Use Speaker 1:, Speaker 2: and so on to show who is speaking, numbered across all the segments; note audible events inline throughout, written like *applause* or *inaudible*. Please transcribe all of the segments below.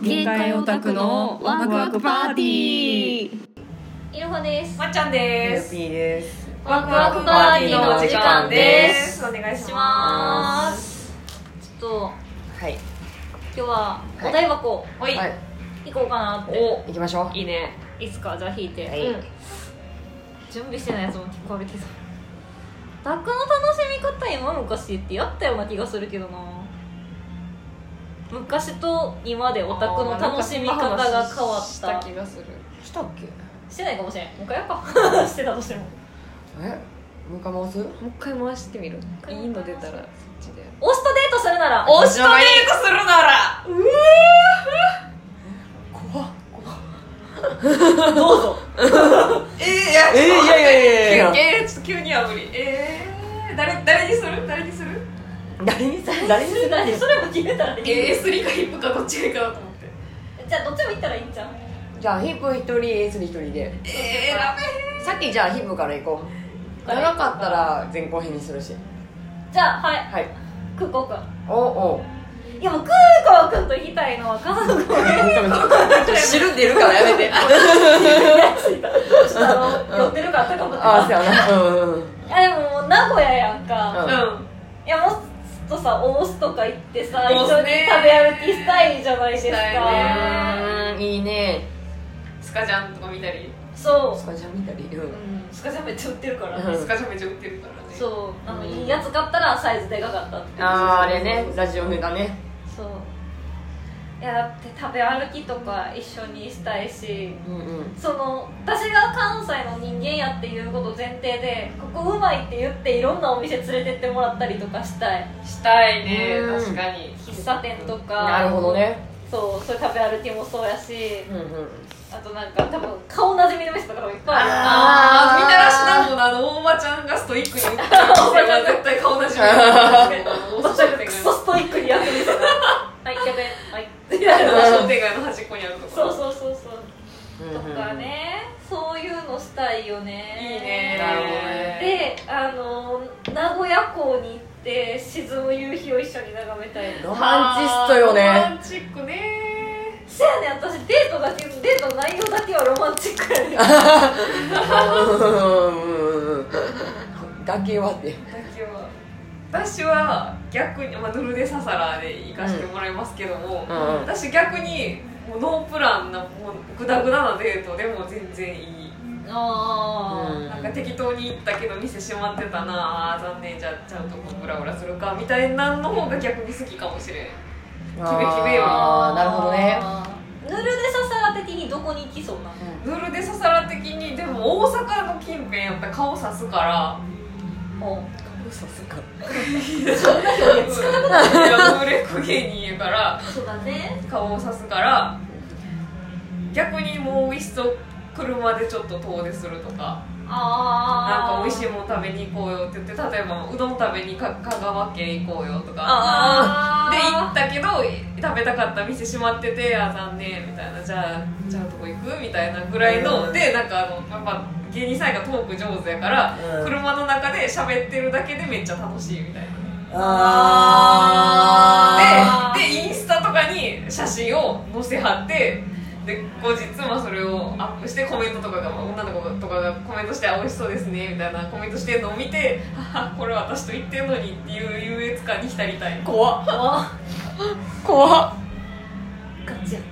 Speaker 1: 限界オタクのワクワクパーティー
Speaker 2: いろはです。
Speaker 3: まっちゃんで
Speaker 4: です
Speaker 3: す。
Speaker 4: ピーです
Speaker 2: ワ。
Speaker 3: ワクワクパーティーのお時間ですす。お願いし
Speaker 2: し
Speaker 3: ま
Speaker 2: ます。ちょっと
Speaker 4: はい
Speaker 2: 今日は
Speaker 4: はい
Speaker 2: お台箱
Speaker 3: す。おい、
Speaker 4: はい
Speaker 2: 行こうかなって。
Speaker 3: お、
Speaker 4: 行きましょう
Speaker 3: いいね。
Speaker 2: いつかじゃあ引いて。
Speaker 4: はい
Speaker 2: うん準備してないやつも結構あるけど。バックの楽しみ方今昔ってやったような気がするけどな。昔と今でオタクの楽しみ方が変わった。
Speaker 3: 気がする。
Speaker 4: したっけ
Speaker 2: してないかもしれん。もう一回やっか。 *laughs* してたとしても。
Speaker 4: えもう一回回す
Speaker 3: もう一回回してみる。いいの出たらそっちで。
Speaker 2: 推しとデートするなら。
Speaker 3: 推しとデートするなら。
Speaker 4: 怖っ怖っ
Speaker 2: どうぞ。
Speaker 3: *laughs* えー、いや
Speaker 4: えーいやいやいやいや
Speaker 3: えー、ちょっと急には無理。えー、誰誰にする？誰にする？
Speaker 4: *laughs* 誰にさ誰に
Speaker 2: それ何それも決めたらいい。
Speaker 3: えー、スリーかヒップかどっちがいいかなと思って。
Speaker 2: じゃあどっちも行ったらいいんじゃん。
Speaker 4: じゃあヒップ一人エースに一人で
Speaker 3: えー、ラメ。
Speaker 4: さっきじゃあヒップから行こう長かったら前後編にするし
Speaker 2: じゃあはい
Speaker 4: はい
Speaker 2: 空港く
Speaker 4: お *laughs* お
Speaker 2: んいやもう空港くんと行きたいのは家族の
Speaker 4: 知るんでいるからやめて
Speaker 2: 下の寄ってるから高ぶって
Speaker 4: *laughs* あ
Speaker 2: た
Speaker 4: あそうやな *laughs* うんうんうん
Speaker 2: いやでももう名古屋やんか、
Speaker 3: うん。
Speaker 4: うん
Speaker 2: いやもっとさ大須とか行ってさ一
Speaker 3: 大須
Speaker 2: 緒に食べ
Speaker 3: ね
Speaker 2: 歩きしたいじゃないですか
Speaker 3: したいね
Speaker 4: うーんいいね
Speaker 3: スカジャンとか見たり。
Speaker 2: そ
Speaker 4: スカジャン見たりう
Speaker 2: う、うんん、スカジャンめっちゃ売ってるから、
Speaker 4: うん
Speaker 3: スカジャンめっちゃ売ってるからね。う。
Speaker 2: そうあのいいやつ買ったらサイズでかかったって
Speaker 4: あああれねラジオ風だね
Speaker 2: そういやだって食べ歩きとか一緒にしたいし
Speaker 4: うんうん
Speaker 2: その私が関西の人間やっていうこと前提でここうまいって言っていろんなお店連れてってもらったりとかしたい
Speaker 3: したいね。
Speaker 4: うん
Speaker 3: 確かに。
Speaker 2: 喫茶店とか
Speaker 4: なるほどね
Speaker 2: そうそういう食べ歩きもそうやし
Speaker 4: うんうん
Speaker 2: あとなんか多分顔なじみの店とかもいっぱいある
Speaker 3: あ
Speaker 4: あー
Speaker 3: ーみたらし団子のあの大間ちゃんがストイックに売ってるおばちゃん絶対顔なじみ *laughs* だね
Speaker 2: お
Speaker 3: 大
Speaker 2: ば
Speaker 3: 阪
Speaker 2: ちゃんが
Speaker 3: 店
Speaker 2: ク
Speaker 3: 街
Speaker 2: ソストイックにやってる店がはい100円はいってやる
Speaker 3: 大商店街の端っこにあるとこ
Speaker 2: そ
Speaker 3: ろ
Speaker 2: うそうそうそう
Speaker 4: うんうん
Speaker 2: とかねそういうのしたいよね
Speaker 3: いいね
Speaker 4: なるほどね
Speaker 2: であの名古屋港に行って沈む夕日を一緒に眺めたい
Speaker 4: ロマンチストよ
Speaker 3: ロマ
Speaker 4: ね
Speaker 3: ンチックね
Speaker 2: せやねん私デートだけデートの内容だけはロマンチックやねん
Speaker 4: *laughs* うんだけはって
Speaker 3: だけは私は逆に、まあ、ヌルデササラーで行かせてもらいますけども、
Speaker 4: うんうん
Speaker 3: 私逆にもうノープランなもうグダグダなデートでも全然いい
Speaker 2: あ
Speaker 4: うん
Speaker 3: なんか適当に行ったけど店閉まってたなあー残念じゃあちゃうとこブラブラするかみたいなんの方が逆に好きかもしれん
Speaker 4: あーなるほどね
Speaker 2: ヌルでササラ的にどこに行きそうなの
Speaker 3: ヌルでササラ的にでも大阪の近辺やったら顔さすから
Speaker 2: お
Speaker 4: さすが
Speaker 3: 売れっ子芸人やから
Speaker 2: そうだね
Speaker 3: 顔をさすから逆にもういっそ車でちょっと遠出するとか
Speaker 2: あ
Speaker 3: な
Speaker 2: あ
Speaker 3: んか美味しいもの食べに行こうよって言って例えばうどん食べにか香川県行こうよとか
Speaker 2: あ
Speaker 3: で行
Speaker 2: あ
Speaker 3: ったけど食べたかった店閉まっててあ残念みたいなじゃあじゃあどこ行くみたいなぐらいの、
Speaker 4: うん
Speaker 3: でなんかあのやっぱ芸人さんがトーク上手やから、
Speaker 4: うん
Speaker 3: 車の中で喋ってるだけでめっちゃ楽しいみたいな
Speaker 4: あ
Speaker 2: あー
Speaker 3: ででインスタとかに写真を載せはってで後日まあそれをアップしてコメントとかがまあ女の子とかがコメントして「あ美味しそうですね」みたいなコメントしてるのを見て「あこれ私と言ってんのに」っていう優越感に浸りたい
Speaker 4: ー怖っ
Speaker 2: あ
Speaker 4: 怖っ
Speaker 2: ガチやっ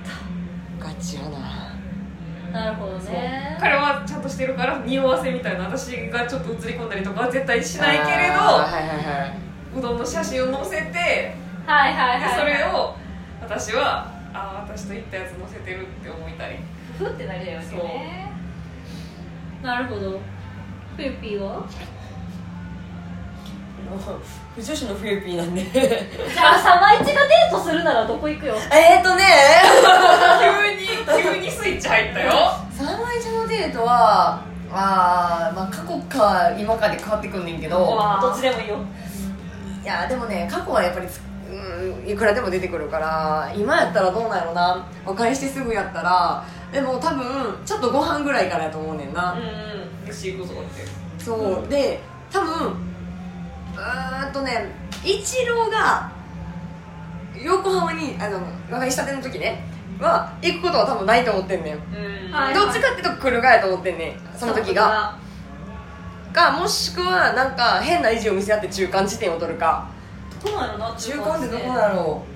Speaker 4: ガチやな
Speaker 2: たなるほどね
Speaker 3: 彼はちゃんとしてるから匂わせみたいな私がちょっと映り込んだりとかは絶対しないけれ
Speaker 4: あー
Speaker 3: ど
Speaker 4: はいはいはいう
Speaker 3: どんの写真を載せて
Speaker 2: はいはい
Speaker 3: で
Speaker 2: はい
Speaker 3: それを私はあ私と行ったやつ載せてるって思いた
Speaker 2: *laughs*
Speaker 3: い
Speaker 2: ふってなりだよねなるほどピューピーは
Speaker 4: 不女子のフィリピンなんで
Speaker 2: じゃあサマイチがデートするならどこ行くよ
Speaker 4: えーと *laughs* ね
Speaker 3: 急に急にスイッチ入ったよ
Speaker 4: サマイチのデートはあーまあ過去か今かで変わってくんねんけど
Speaker 3: わあ
Speaker 2: どっちでもいいよ
Speaker 4: いやでもね過去はやっぱりつうんいくらでも出てくるから今やったらどうなんやろなお返してすぐやったらでも多分ちょっとご飯ぐらいからやと思うねんな、
Speaker 3: うんよし行くぞって
Speaker 4: そう、で多分うーんとねイチローが横浜にあの若い下手の時ねは行くことは多分ないと思ってんねん
Speaker 3: うん
Speaker 2: はい
Speaker 4: どっちかっていうと来るかやと思ってんねんその時がかもしくはなんか変な意地を見せ合って中間地点を取るか
Speaker 2: どうなのな
Speaker 4: 中間ってどこだろう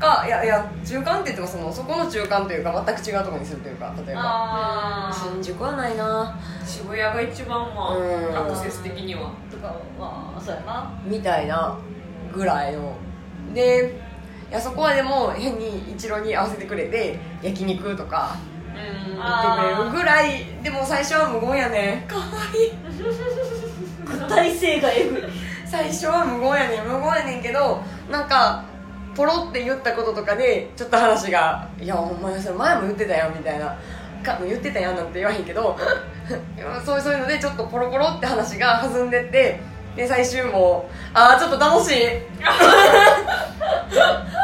Speaker 4: かいやいや中間って言ってもそのそこの中間というか全く違うところにするというか例えば
Speaker 2: あ
Speaker 4: 新宿はないな
Speaker 3: 渋谷が一番ま
Speaker 4: うん
Speaker 3: あアクセス的には
Speaker 2: ーとかまあそうやな
Speaker 4: みたいなぐらいのでいやそこはでも変に一郎に合わせてくれて焼肉とか
Speaker 3: うん
Speaker 2: あ
Speaker 4: 言ってくれるぐらいでも最初は無言やねん
Speaker 2: 具体性がえぐい
Speaker 4: 最初は無言やねん無言やねんけどなんかポロって言ったこととかでちょっと話が「いやお前それ前も言ってたよ」みたいな「か言ってたよ」なんて言わへんけど *laughs* そうそういうのでちょっとポロポロって話が弾んでってで最終も「ああちょっと楽しい」
Speaker 3: 気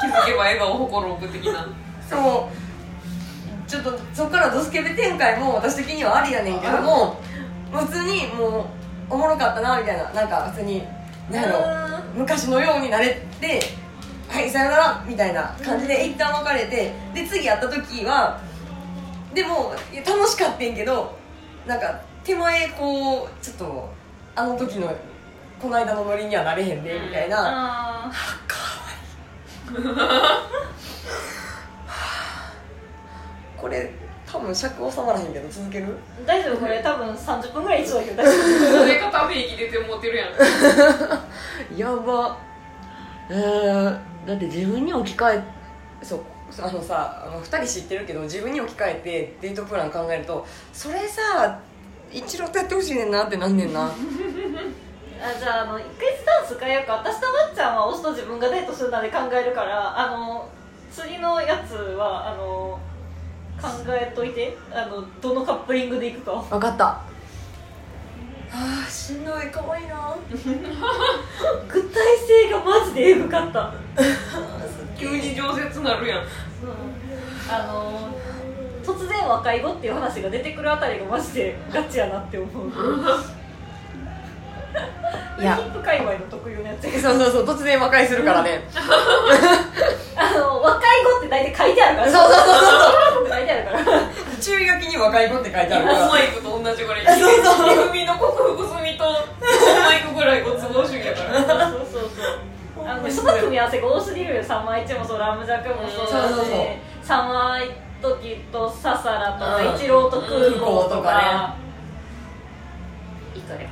Speaker 3: づけば笑顔を誇る奥的な
Speaker 4: そうちょっとそこからドスケベ展開も私的にはありやねんけども普通にもうおもろかったなみたいななんか普通になんやろ昔のようになれてはいさよならみたいな感じで一旦別れてで次会った時はでもいや楽しかったんけどなんか手前こうちょっとあの時のこの間のノリにはなれへんでみたいな、
Speaker 2: あー
Speaker 4: これ多分尺収まらへんけど続ける
Speaker 2: 大丈夫これ多分30分ぐらい一度だけど大丈夫
Speaker 3: それかため息出てモテるやん
Speaker 4: やばえー、だって自分に置き換えそうあのさあの2人知ってるけど自分に置き換えてデートプラン考えるとそれさ一郎とやってほしいねんなってなんねんな
Speaker 2: あじゃああの一回スタンス変えようか私とまっちゃんはオスと自分がデートするなんで考えるからあの次のやつはあの考えといてあのどのカップリングでいくかを
Speaker 4: 分かったあーしんどいかわいいな
Speaker 2: 具体性がマジでエグかった
Speaker 3: 急に饒舌なるやん
Speaker 2: あの突然和解後っていう話が出てくるあたりがマジでガチやなって思う
Speaker 4: いや
Speaker 2: ヒップ界隈の特有のやつやけど
Speaker 4: そうそうそう突然和解するからね
Speaker 2: あの和解後って大体書いてあるから
Speaker 4: そうそうそうそう
Speaker 2: 書いてあるから
Speaker 4: 注意書きに和解後って書いてあるか
Speaker 3: オン
Speaker 4: ら
Speaker 3: マイクと同じぐらいそうそうみの克服済みとオンマイクぐらいご都合主義やから
Speaker 2: そうそうそうあのその組み合わせが多すぎるよ三枚一もそうラムジャックもそうだ
Speaker 4: そうそう
Speaker 2: し
Speaker 4: そう
Speaker 2: 三枚時とササラと
Speaker 4: うん
Speaker 2: か一郎と空港
Speaker 4: 空港と
Speaker 2: と
Speaker 4: か
Speaker 2: かいいかね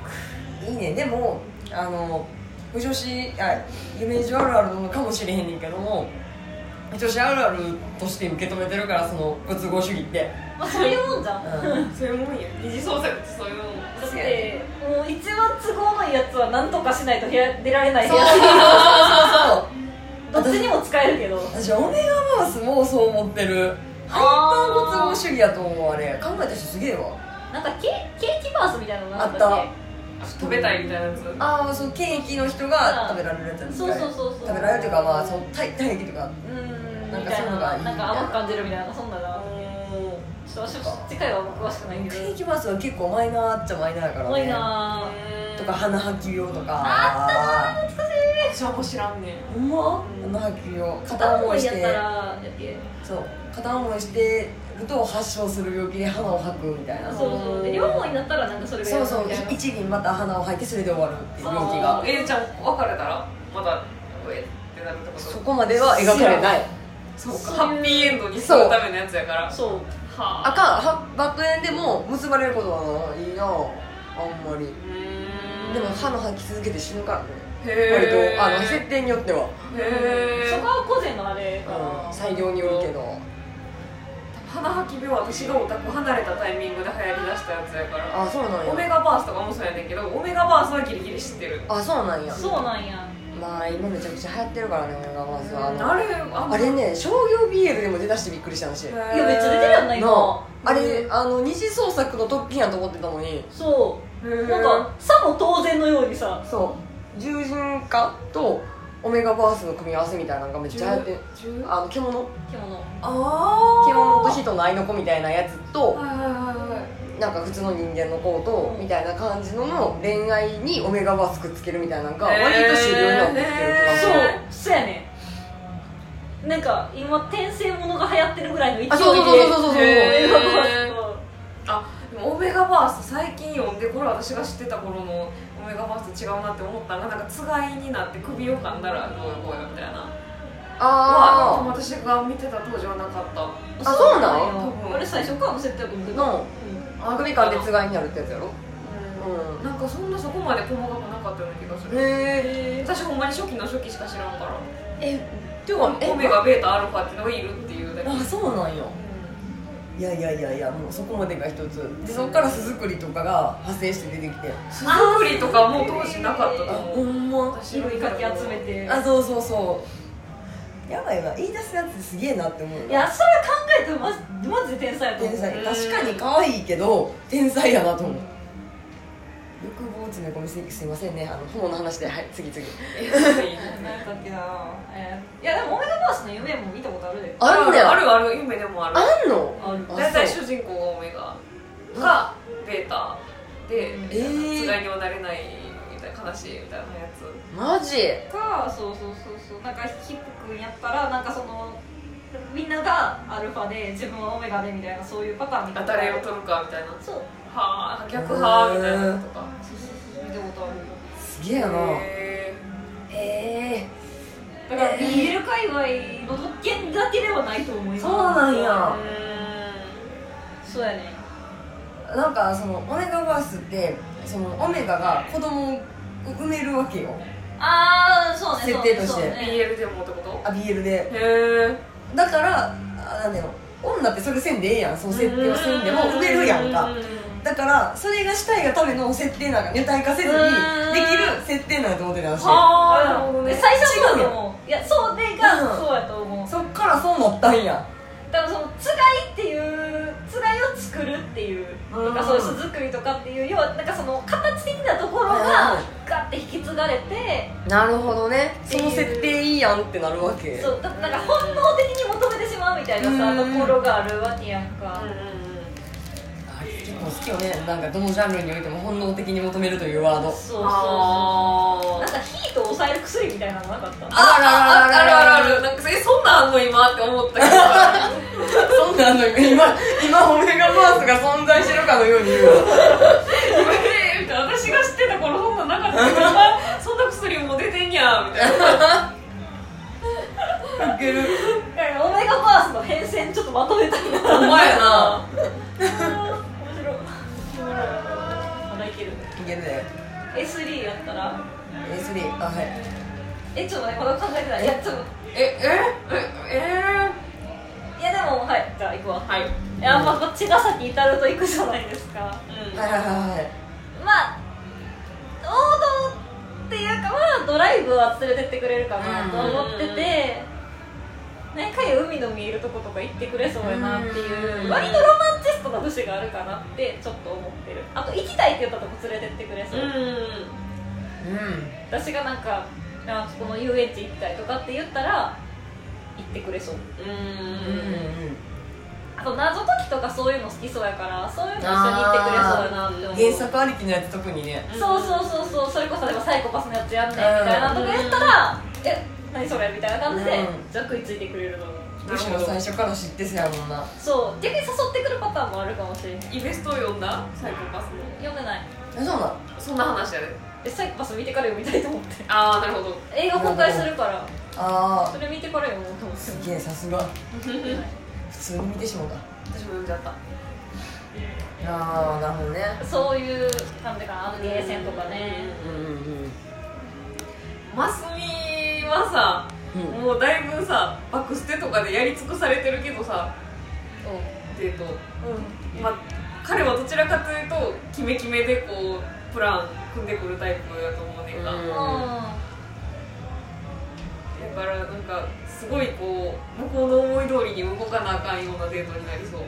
Speaker 4: いいねでもあの不女子あ夢女あるあるなのかもしれへんねんけども不女子あるあるとして受け止めてるからそのご都合主義って、
Speaker 2: まあそういうもんじゃん *laughs*
Speaker 3: そういうもんや二次創作ってそういうもん
Speaker 2: だってもう一番都合のいいやつは何とかしないと部屋出られない部
Speaker 4: そうそうそう
Speaker 2: 屋
Speaker 4: そう
Speaker 2: どっちにも使えるけど
Speaker 4: 私オメガマウスもそう思ってるハイパーご都合主義やと思うあれ考えた人すげえわ
Speaker 2: なんかケケーキバースみたいなのなか
Speaker 4: あっ
Speaker 2: け
Speaker 3: 食べたいみたいなやつ
Speaker 4: ああそうケーキの人が食べられるやつやん
Speaker 2: そうそうそうそう
Speaker 4: 食べられるというかまあその体体液とか
Speaker 2: うーん
Speaker 4: なん
Speaker 2: み
Speaker 4: か
Speaker 2: た
Speaker 4: そういうのがいいみた
Speaker 2: ないん
Speaker 4: な
Speaker 2: か甘く感じるみたいなそんながちょっと私次回は僕詳しくないけ
Speaker 4: ケ
Speaker 2: ど
Speaker 4: ーキマウスは結構マイナーっちゃマイナーやからね
Speaker 2: 多いなぁ
Speaker 4: とか鼻はき病とか
Speaker 2: あったなぁ懐かし
Speaker 3: 私
Speaker 2: い
Speaker 3: はもう知らんねん
Speaker 4: ほんま鼻はき病片
Speaker 2: 片
Speaker 4: 思
Speaker 2: 思
Speaker 4: い
Speaker 2: い
Speaker 4: し
Speaker 2: やってたらやっけ
Speaker 4: そう片思いしてると発症する病気で鼻を吐くみたいな
Speaker 2: そうそうで両思いになったらなんかそれが
Speaker 4: そうそう
Speaker 2: やるみたいな
Speaker 4: 一輪また鼻を吐いてそれで終わるっていう病気
Speaker 2: あ
Speaker 4: が
Speaker 2: ー
Speaker 3: えー、じゃあ別れたらまたえってなるってこと
Speaker 4: そこまでは描かれない
Speaker 3: そう
Speaker 2: そう
Speaker 3: ハッピーエンドにするためのやつやからは
Speaker 2: そう
Speaker 4: あ
Speaker 3: あ
Speaker 4: かんはバッドエンでも結ばれることはいいなあんまり
Speaker 3: うーん
Speaker 4: でも歯の吐き続けて死ぬからね割
Speaker 3: へ
Speaker 4: とあの
Speaker 3: ー
Speaker 4: 設定によっては、
Speaker 3: へ
Speaker 2: そこ
Speaker 3: ー
Speaker 2: は個人のあれか
Speaker 4: う、
Speaker 2: なん
Speaker 4: 裁量によるけど
Speaker 3: 花はき病は私がオタク離れたタイミングで流行りだしたやつやから
Speaker 4: あそうなん
Speaker 3: オメ
Speaker 4: や
Speaker 3: ガバースとかもそうやねんけどオメガバースはギリギリ知ってる
Speaker 4: あそうなんや
Speaker 2: そうなんや
Speaker 4: まあ今めちゃくちゃ流行ってるからね俺がまずあの
Speaker 3: あれあ
Speaker 4: あれね商業 BL でも出だしてびっくりしたし
Speaker 3: い
Speaker 2: いやめっちゃ出てるやんな今
Speaker 4: のあれあの二次創作の特権やと思ってたのに
Speaker 2: そう
Speaker 3: る
Speaker 2: なんかさも当然のようにさ
Speaker 4: そう獣人化とオメガバースの組み合わせみたいなのがめっちゃ流行ってあの獣
Speaker 2: 獣
Speaker 3: あ
Speaker 4: 獣と火との愛の子みたいなやつ
Speaker 3: は
Speaker 4: と
Speaker 3: いはいはいはい
Speaker 4: なんか普通の人間の子とみたいな感じのの恋愛にオメガバースくっつけるみたいなのが
Speaker 3: へー
Speaker 4: 割と主流になってきてる気がす
Speaker 2: そう
Speaker 4: る
Speaker 3: へー
Speaker 2: そうやねなんか今転生ものが流行ってるぐらいの勢いで
Speaker 4: あそうそうそうそうそうそう
Speaker 2: 映画が
Speaker 3: へーあでもオメガバース最近読んでこれ私が知ってた頃のオメガバースと違うなって思ったらなんかつがいになって首を噛んだらどういう声みたいなは
Speaker 4: あ
Speaker 3: 私が見てた当時はなかった
Speaker 4: あそうなの
Speaker 2: よ
Speaker 3: 多分
Speaker 2: あれ最初から忘れてたけ
Speaker 4: ー
Speaker 2: ど
Speaker 4: のあくび感でつがいになるってやつやろ
Speaker 3: うんなんかそんなそこまで細かくなかったような気がする、
Speaker 4: へえ
Speaker 3: 私ほんまに初期の初期しか知らんから
Speaker 4: ていうかえ
Speaker 3: オメガベータアルファっていうのがいるっていうだけ、
Speaker 4: あそうなんよいやいやいやいやもうそこまでが一つでそっから巣作りとかが派生して出てきて
Speaker 3: 巣作りとかも当時なかったと
Speaker 4: あ
Speaker 3: 思 *laughs*
Speaker 4: ほ
Speaker 3: うん
Speaker 4: ま
Speaker 3: 私
Speaker 2: 白いかき集めて
Speaker 4: あそうそうそうやばいな言い出すやつすげえなって思うよ
Speaker 2: いやそれ考えてもマジマジで天才やと思う
Speaker 4: 天才
Speaker 3: うん
Speaker 4: 確かに可愛いけど天才やなと思う欲望詰め込みすぎすいませんねあの本の話ではい次次
Speaker 2: なんやったっけな、えーいやでもオメガバースの夢も見たことあるで
Speaker 4: あるんだよ
Speaker 3: あるある夢でもある
Speaker 4: あんの
Speaker 2: ある
Speaker 4: あ
Speaker 3: 大体主人公がオメガがベータで
Speaker 4: え
Speaker 3: つ
Speaker 4: ー、
Speaker 3: がいにはなれないみたいな悲しいみたいなやつ
Speaker 4: マジ
Speaker 2: かそうそうそうそうなんかヒップ君やったらなんかそのみんながアルファで自分はオメガでみたいなそういうパターンみたい
Speaker 3: あ
Speaker 2: な
Speaker 3: 誰を取るかみたいなは
Speaker 2: そう
Speaker 3: あ逆派みたいなのとか
Speaker 2: そうそうそう見たことある
Speaker 4: すげえな
Speaker 3: へ
Speaker 4: へえ
Speaker 2: だから BL 界隈の特権だけではないと思います
Speaker 4: そうなん
Speaker 3: ー
Speaker 4: や
Speaker 3: う
Speaker 2: そうやね
Speaker 4: なんかそのオメガバースってそのオメガが子供を埋めるわけよ
Speaker 2: ああそうね
Speaker 4: 設定として
Speaker 2: そうね
Speaker 3: ーん BL でもってこと
Speaker 4: あ BL で
Speaker 3: へえ
Speaker 4: だからあなんだろう女ってそれせんでええやんその設定をせんでも埋めるやんかだからそれがしたいがための設定なんか女体化せずに
Speaker 3: う
Speaker 4: で
Speaker 3: ーん
Speaker 4: きる設定なんやと思ってたらしい
Speaker 3: はあなるほど
Speaker 2: うん
Speaker 3: ね
Speaker 2: で最初はそうだと思ういやそうで
Speaker 4: う
Speaker 2: が
Speaker 4: ん
Speaker 2: そうやと思う
Speaker 4: そっからそうなったんや
Speaker 2: 多分そのつがいっていうつがいを作るっていう
Speaker 4: う
Speaker 2: と
Speaker 4: ん
Speaker 2: かそういう巣作りとかっていう要はなんかその形的なところ
Speaker 4: うん
Speaker 2: がガッて引き継がれて
Speaker 4: なるほどねその設定いいやんってなるわけ
Speaker 2: そうだなんか本能的に求めてしまうみたいなさ
Speaker 4: うん
Speaker 2: ところがあるわけやんか
Speaker 3: うんうん
Speaker 4: あれ結構好きよねなんかどのジャンルにおいても本能的に求めるというワード
Speaker 2: そうそ
Speaker 3: う
Speaker 2: う
Speaker 3: ん
Speaker 2: そう
Speaker 3: あ
Speaker 2: なんかヒートを抑える薬みたいなのなかった
Speaker 4: あら
Speaker 3: あるあるあ
Speaker 4: る
Speaker 3: るなんかえそんなんあんの今って思ったけど
Speaker 4: そんなんの今今オメガバースが存在してるかのように言うわ
Speaker 3: えーみたいな私が知ってた頃そんなんなかったけどあ *laughs* そんな薬も出てんやみたいな
Speaker 4: ウケる
Speaker 2: いやいやオメガバースの変遷ちょっとまとめたいな面
Speaker 3: お前やな
Speaker 2: 白いまだいけるね
Speaker 4: いけるね
Speaker 2: S3 やったら
Speaker 4: A3 あはい
Speaker 2: えちょっとねまだ考えてないいやちょっと
Speaker 3: ええええ
Speaker 2: いやでもはいじゃあ行くわ
Speaker 3: ー、はい
Speaker 2: いやまあこっちが先至ると行くじゃないですか
Speaker 3: うん
Speaker 4: はいはいはいはい
Speaker 2: まあ王道っていうかまあドライブは連れてってくれるかなと思ってて何回海の見えるとことか行ってくれそうやなっていううん割とロマンチストな節があるかなってちょっと思ってるあと行きたいって言ったとこ連れてってくれそう、
Speaker 3: う
Speaker 4: う
Speaker 2: 私がなんかあそこの遊園地行きたいとかって言ったら行ってくれそうん
Speaker 4: うん
Speaker 3: んうん
Speaker 4: うん
Speaker 2: あと謎解きとかそういうの好きそうやからそういうの一緒に行ってくれそうやなって思う
Speaker 4: 原作ありきのやつ特にね
Speaker 2: そうそうそうそうそれこそでもサイコパスのやつやんねんみたいなとかやったら「え何それ?」みたいな感じで
Speaker 4: うん
Speaker 2: じゃあ食いついてくれるの
Speaker 4: むしろ最初から知ってせやもんな
Speaker 2: そう逆に誘ってくるパターンもあるかもしれへん
Speaker 3: イベストを読んだサイコパスの
Speaker 2: 読んでない
Speaker 4: えそうなん
Speaker 3: そんな話やで
Speaker 2: えサイコパス見てから読みたいと思って
Speaker 3: ああなるほど
Speaker 2: 映画公開するから
Speaker 4: あ
Speaker 2: それ見てから読もうと思っ *laughs*
Speaker 4: あ
Speaker 2: て
Speaker 4: すげえさすが
Speaker 2: 読んでない
Speaker 4: 普通に見てしまうか
Speaker 3: 私も読んじゃった
Speaker 4: ああなるほどね
Speaker 2: そういう感じかなあのゲーセンとかね
Speaker 4: うんうん
Speaker 3: マスミはさ
Speaker 4: うん
Speaker 3: もうだいぶさバックステとかでやり尽くされてるけどさデート
Speaker 2: う
Speaker 3: まあ、彼はどちらかというとキメキメでこうプラン組んでくるタイプだと思うねんか、
Speaker 4: うん
Speaker 3: だ
Speaker 2: んあ
Speaker 3: からなんかすごいこう向こうの思い通りに動かなあかんようなデートになりそう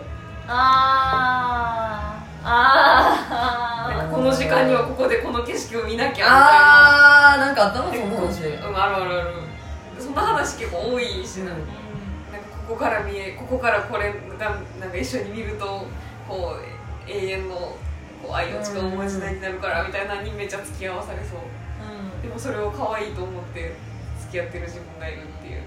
Speaker 2: あああ
Speaker 3: なん
Speaker 2: ー
Speaker 3: かこの時間にはここでこの景色を見なきゃ
Speaker 4: ああなんかあったの
Speaker 3: みた
Speaker 4: そ
Speaker 3: い
Speaker 4: ん
Speaker 3: な結
Speaker 4: な話
Speaker 3: 構うんあるあるあるそんな話結構多いしな,、
Speaker 4: うん
Speaker 3: なんかここから見えここからこれがなんか一緒に見るとこう永遠のこう愛を誓うおまじないになるからみたいなのにめっちゃ付き合わされそう
Speaker 2: うん
Speaker 3: でもそれを可愛いと思って付き合ってる自分がいるっていう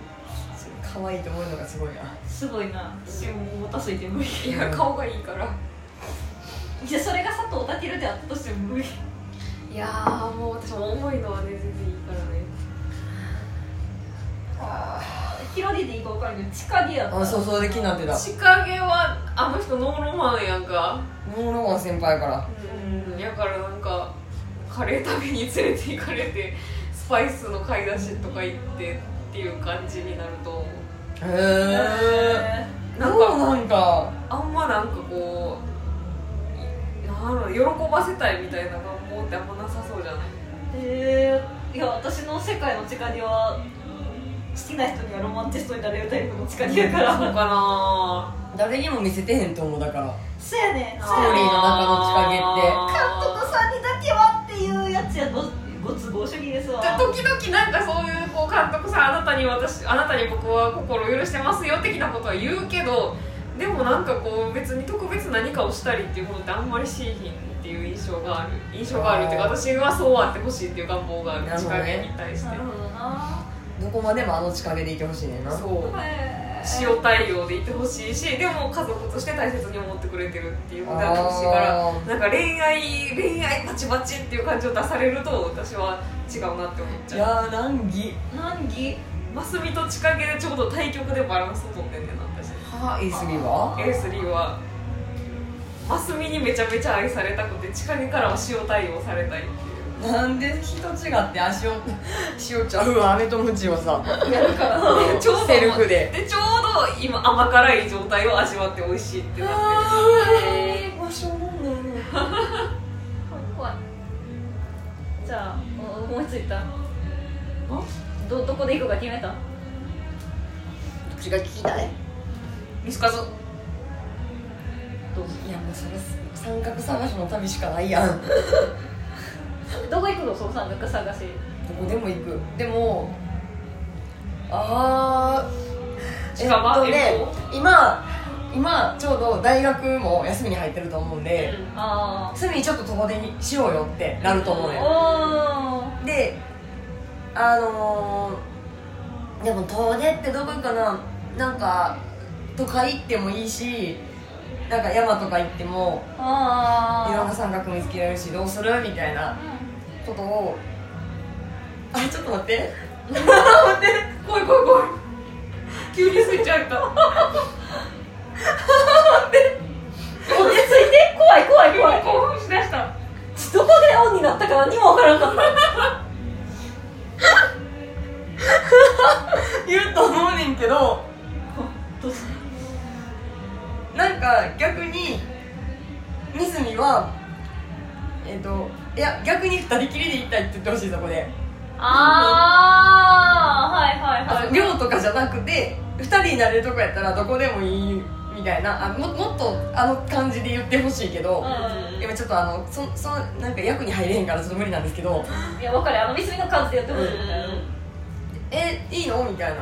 Speaker 4: 可愛いと思うのがすごいな
Speaker 2: すごいな私もうもたついて無理
Speaker 3: いや顔がいいから
Speaker 2: いやそれが佐藤健であったとしても無理
Speaker 3: いやーもう私も重いのはね全然いいからね
Speaker 2: ヒロディでいいか分からんけど地下でやった
Speaker 4: あそうそうで気になってた
Speaker 3: 仕掛けはあの人ノーロマンやんか
Speaker 4: モーロマン先輩から
Speaker 3: うんやからなんかカレー食べに連れて行かれてスパイスの買い出しとか行ってっていう感じになると思う
Speaker 4: へえ
Speaker 2: へ
Speaker 3: な
Speaker 4: なんん
Speaker 3: か
Speaker 4: かなんか
Speaker 3: あんまなんかこういなんだろう喜ばせたいみたいな願望ってあんまなさそう
Speaker 4: *laughs*
Speaker 3: じゃない
Speaker 2: えいや私の世界の地下では好きな人にはロマンチストになれるタイプの地下でやか
Speaker 3: そうからな
Speaker 4: 誰にも見せてへんと思うだから
Speaker 2: そうやねん
Speaker 4: ス
Speaker 2: そ
Speaker 4: ト
Speaker 2: うや
Speaker 4: ー
Speaker 2: ね
Speaker 4: リ
Speaker 2: ん
Speaker 4: ーの中の仕掛けって
Speaker 3: あ
Speaker 2: 監督さんにだけはっていうやつやごご都合主義ですわ
Speaker 3: で時々なんかそういうこう監督さんあなたに私あなたに僕は心を許してますよ的なことは言うけどでもなんかこう別に特別何かをしたりっていうことってあんまりしいひんっていう印象がある印象があるっていうか
Speaker 4: あー
Speaker 3: 私はそうあってほしいっていう願望があ
Speaker 4: な
Speaker 3: る
Speaker 4: る
Speaker 3: 仕
Speaker 4: ほどね
Speaker 3: 掛けに対して、
Speaker 2: なるほどな
Speaker 4: どこまでもあの仕掛けでいてほしいねんな
Speaker 3: そう
Speaker 2: へー
Speaker 3: 塩対応でいてほしいしでも家族として大切に思ってくれてるっていうのであってほしいから
Speaker 4: あ
Speaker 3: なんか恋愛恋愛バチバチっていう感じを出されると私は違うなって思っ
Speaker 4: ー
Speaker 3: ち
Speaker 4: い
Speaker 3: ゃう
Speaker 4: やー難儀
Speaker 2: 難儀
Speaker 3: マスミと千景でちょうど対局でバランスを取ってんねんな私
Speaker 4: はあ A3 は
Speaker 3: A3 はマスミにめちゃめちゃ愛されたくて千景からは塩対応されたいっていう
Speaker 4: なんで人違って *laughs* 足を塩ちゃうわ飴とムチをさ
Speaker 2: やるから
Speaker 4: ちょうど *laughs* セルフで
Speaker 3: でちょうど今甘辛い状態を味わって美味しいってなって
Speaker 4: ああしょうもないね
Speaker 2: 怖いじゃあお思いついたどどこで行くか決めた
Speaker 4: 口が聞きたい
Speaker 3: るミスカズ
Speaker 2: どう
Speaker 4: いやもうそれ三角探しの旅しかないやんど
Speaker 2: どこ行くのその三角探し
Speaker 4: こでも行くでもあー
Speaker 3: 近場
Speaker 4: えっとね今今ちょうど大学も休みに入ってると思うんで、
Speaker 2: あ
Speaker 4: すぐにちょっと遠出にしようよってなると思うの
Speaker 2: あ
Speaker 4: よ
Speaker 2: おー
Speaker 4: であのーでも遠出ってどこ行くかななんか都会行ってもいいしなんか山とか行ってもいろん
Speaker 2: あ
Speaker 4: な三角見つけられるしどうするみたいな
Speaker 2: あ
Speaker 4: ことをあちょっと待って
Speaker 3: 怖い怖い怖い急にスイッチ入 *laughs* った
Speaker 2: 落ち着いて怖い怖い怖い
Speaker 3: 興奮しだした
Speaker 2: どこでオンになったか何もわからんかった
Speaker 4: 言うと思うねんけど
Speaker 2: どうぞ
Speaker 4: なんか逆にミスミはえっ、といや逆に二人きりで行きたいって言ってほしいそこで
Speaker 2: ああはいはい
Speaker 4: あ
Speaker 2: はい
Speaker 4: の寮とかじゃなくて二人になれるとこやったらどこでもいいみたいなあももっとあの感じで言ってほしいけど、
Speaker 2: うん
Speaker 4: 今ちょっとあのそそなんか役に入れへんからちょっと無理なんですけど
Speaker 2: いや分かるあのミスミの数でやってほしいみたいな
Speaker 4: 「えいいの?」みたいな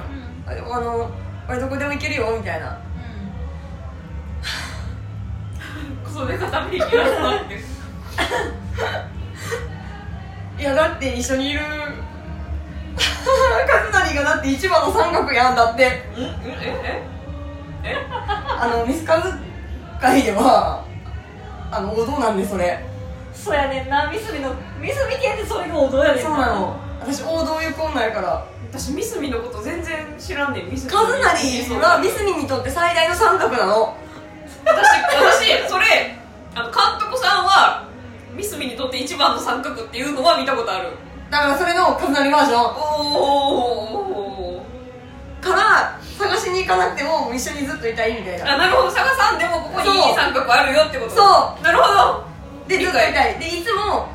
Speaker 2: うんうん
Speaker 4: 「あでもあの俺どこでも行けるよ」みたいな
Speaker 3: それ片目に切られたって
Speaker 4: いやだって一緒にいる *laughs* カズナリがだって一番の三角やんだって
Speaker 3: うんえ
Speaker 4: あのミスカズ会ではあの王道なんでそれ
Speaker 2: そうやねんなミスミのミスミ系ってそれが王道やねん
Speaker 4: そうなの私王道いう女やから
Speaker 3: 私ミスミのこと全然知らんねんミスミ
Speaker 4: カズナリはミスミにとって最大の三角なの
Speaker 3: 私私それあの監督さんはミスミにとって一番の三角っていうのは見たことある
Speaker 4: だからそれのカズナリバージョン
Speaker 3: おお
Speaker 4: から探しに行かなくても一緒にずっといたいみたいな
Speaker 3: なるほど佐賀さんでもここにいい三角あるよってこと
Speaker 4: そう
Speaker 3: なるほど
Speaker 4: でずっといたいでいつも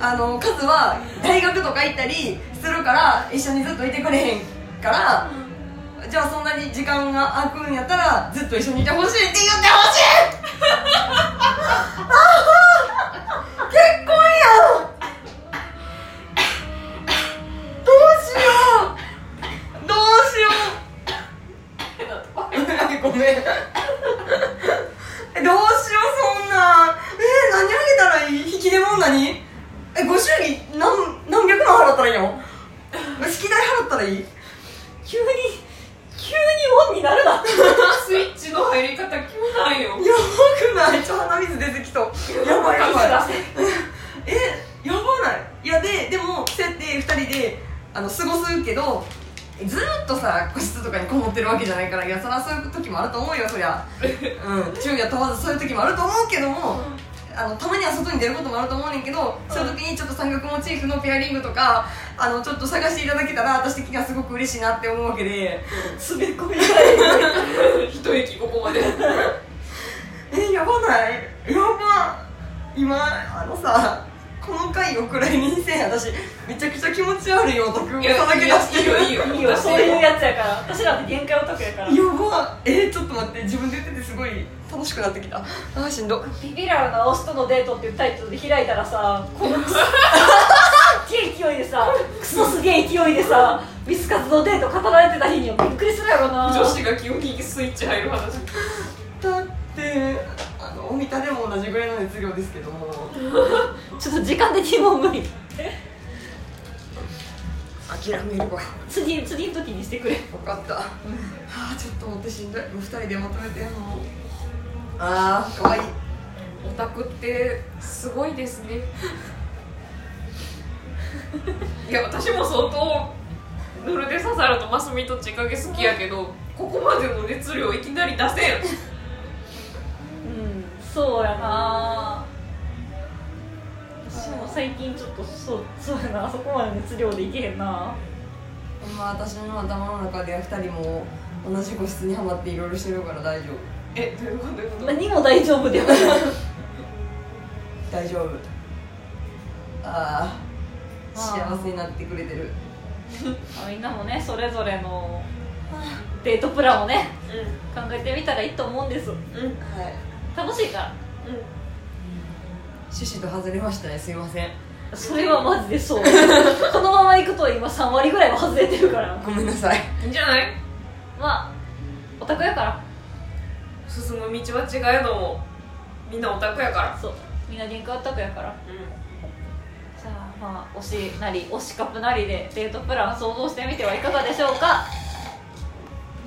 Speaker 4: あのカズは大学とか行ったりするから一緒にずっといてくれへんから、じゃあそんなに時間が空くんやったらずっと一緒にいてほしいって言ってほし *laughs* いああ結婚やんどうしようどうしよう *laughs* ごめんえどうしようそんなえー、何あげたらいい引き出物何えご祝儀何何百万払ったらいいの引き代払ったらいい
Speaker 2: 急に急に
Speaker 3: いよ
Speaker 4: やばくないちょっと鼻水出てきそうやばいやばい *laughs* えやばないいやででもそうやって2人であの過ごすけどずーっとさ個室とかにこもってるわけじゃないからいやそりゃそういう時もあると思うよそり *laughs* ゃうん昼夜問わずそういう時もあると思うけども、あのたまには外に出ることもあると思うねんけど、そういう時にちょっと山岳モチーフのペアリングとかあのちょっと探していただけたら私的にはすごく嬉しいなって思うわけで
Speaker 2: *laughs* 詰め込みたい
Speaker 3: 一息ここまで
Speaker 4: えやばないやば今あのさこの回をくらいにせん私めちゃくちゃ気持ち悪い男を
Speaker 3: いや
Speaker 4: さだけ出してる
Speaker 3: いいよいいよ
Speaker 2: いいよそういうやつやから私らって限界男やから
Speaker 4: やばえー、ちょっと待って自分で言っててすごい楽しくなってきたあーしんど
Speaker 2: ビビラルなオスとのデートっていうタイトルで開いたらさこのクソすっげえ勢いでさクソすげえ勢いでさミスカズのデート語られてた日にはびっくりするやろな
Speaker 3: 女子が急にスイッチ入る話
Speaker 4: だってあのおみたでも同じぐらいの熱量ですけども
Speaker 2: ちょっと時間的にもう無理
Speaker 4: 諦めるわ
Speaker 2: 次次の時にしてくれ
Speaker 4: 分かった、はあちょっと待ってしんどいもう二人でまとめてもうあーかわいい
Speaker 3: オタクってすごいですね *laughs* いや私も相当ヌルで刺さるとマスミとちかげ好きやけどここまでの熱量いきなり出せん
Speaker 2: うんそうやな私も最近ちょっとそうそうやなあそこまで熱量でいけへんな
Speaker 4: まあ私の頭の中では2人も同じ個室にはまっていろいろしてるから大丈夫
Speaker 3: えどういうことどういうこと
Speaker 2: 何も大丈夫ではない
Speaker 4: 大丈夫ああ
Speaker 2: あー
Speaker 4: 幸せになってくれてる
Speaker 2: まあみんなもねそれぞれのデートプランをね考えてみたらいいと思うんです
Speaker 3: うんうん
Speaker 4: はい
Speaker 2: 楽しいから
Speaker 4: 趣旨と外れましたねすいません
Speaker 2: それはマジでそう *laughs* このまま行くと今3割ぐらいは外れてるから
Speaker 4: ごめんなさい
Speaker 3: いいんじゃない
Speaker 2: まあオタクやから
Speaker 3: 進む道は違えどもみんなオタクやから
Speaker 2: そうみんな限界オタクやから
Speaker 3: う
Speaker 2: じゃあまあ推しなり推しカップなりでデートプラン想像してみてはいかがでしょうか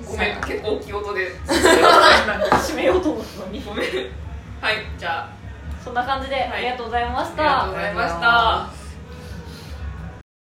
Speaker 3: んごめん結構大きい音で *laughs*
Speaker 2: 締めようと思ったのに
Speaker 3: ごめんはいじゃあ
Speaker 2: そんな感じでありがとうございました、
Speaker 3: ありがとうございました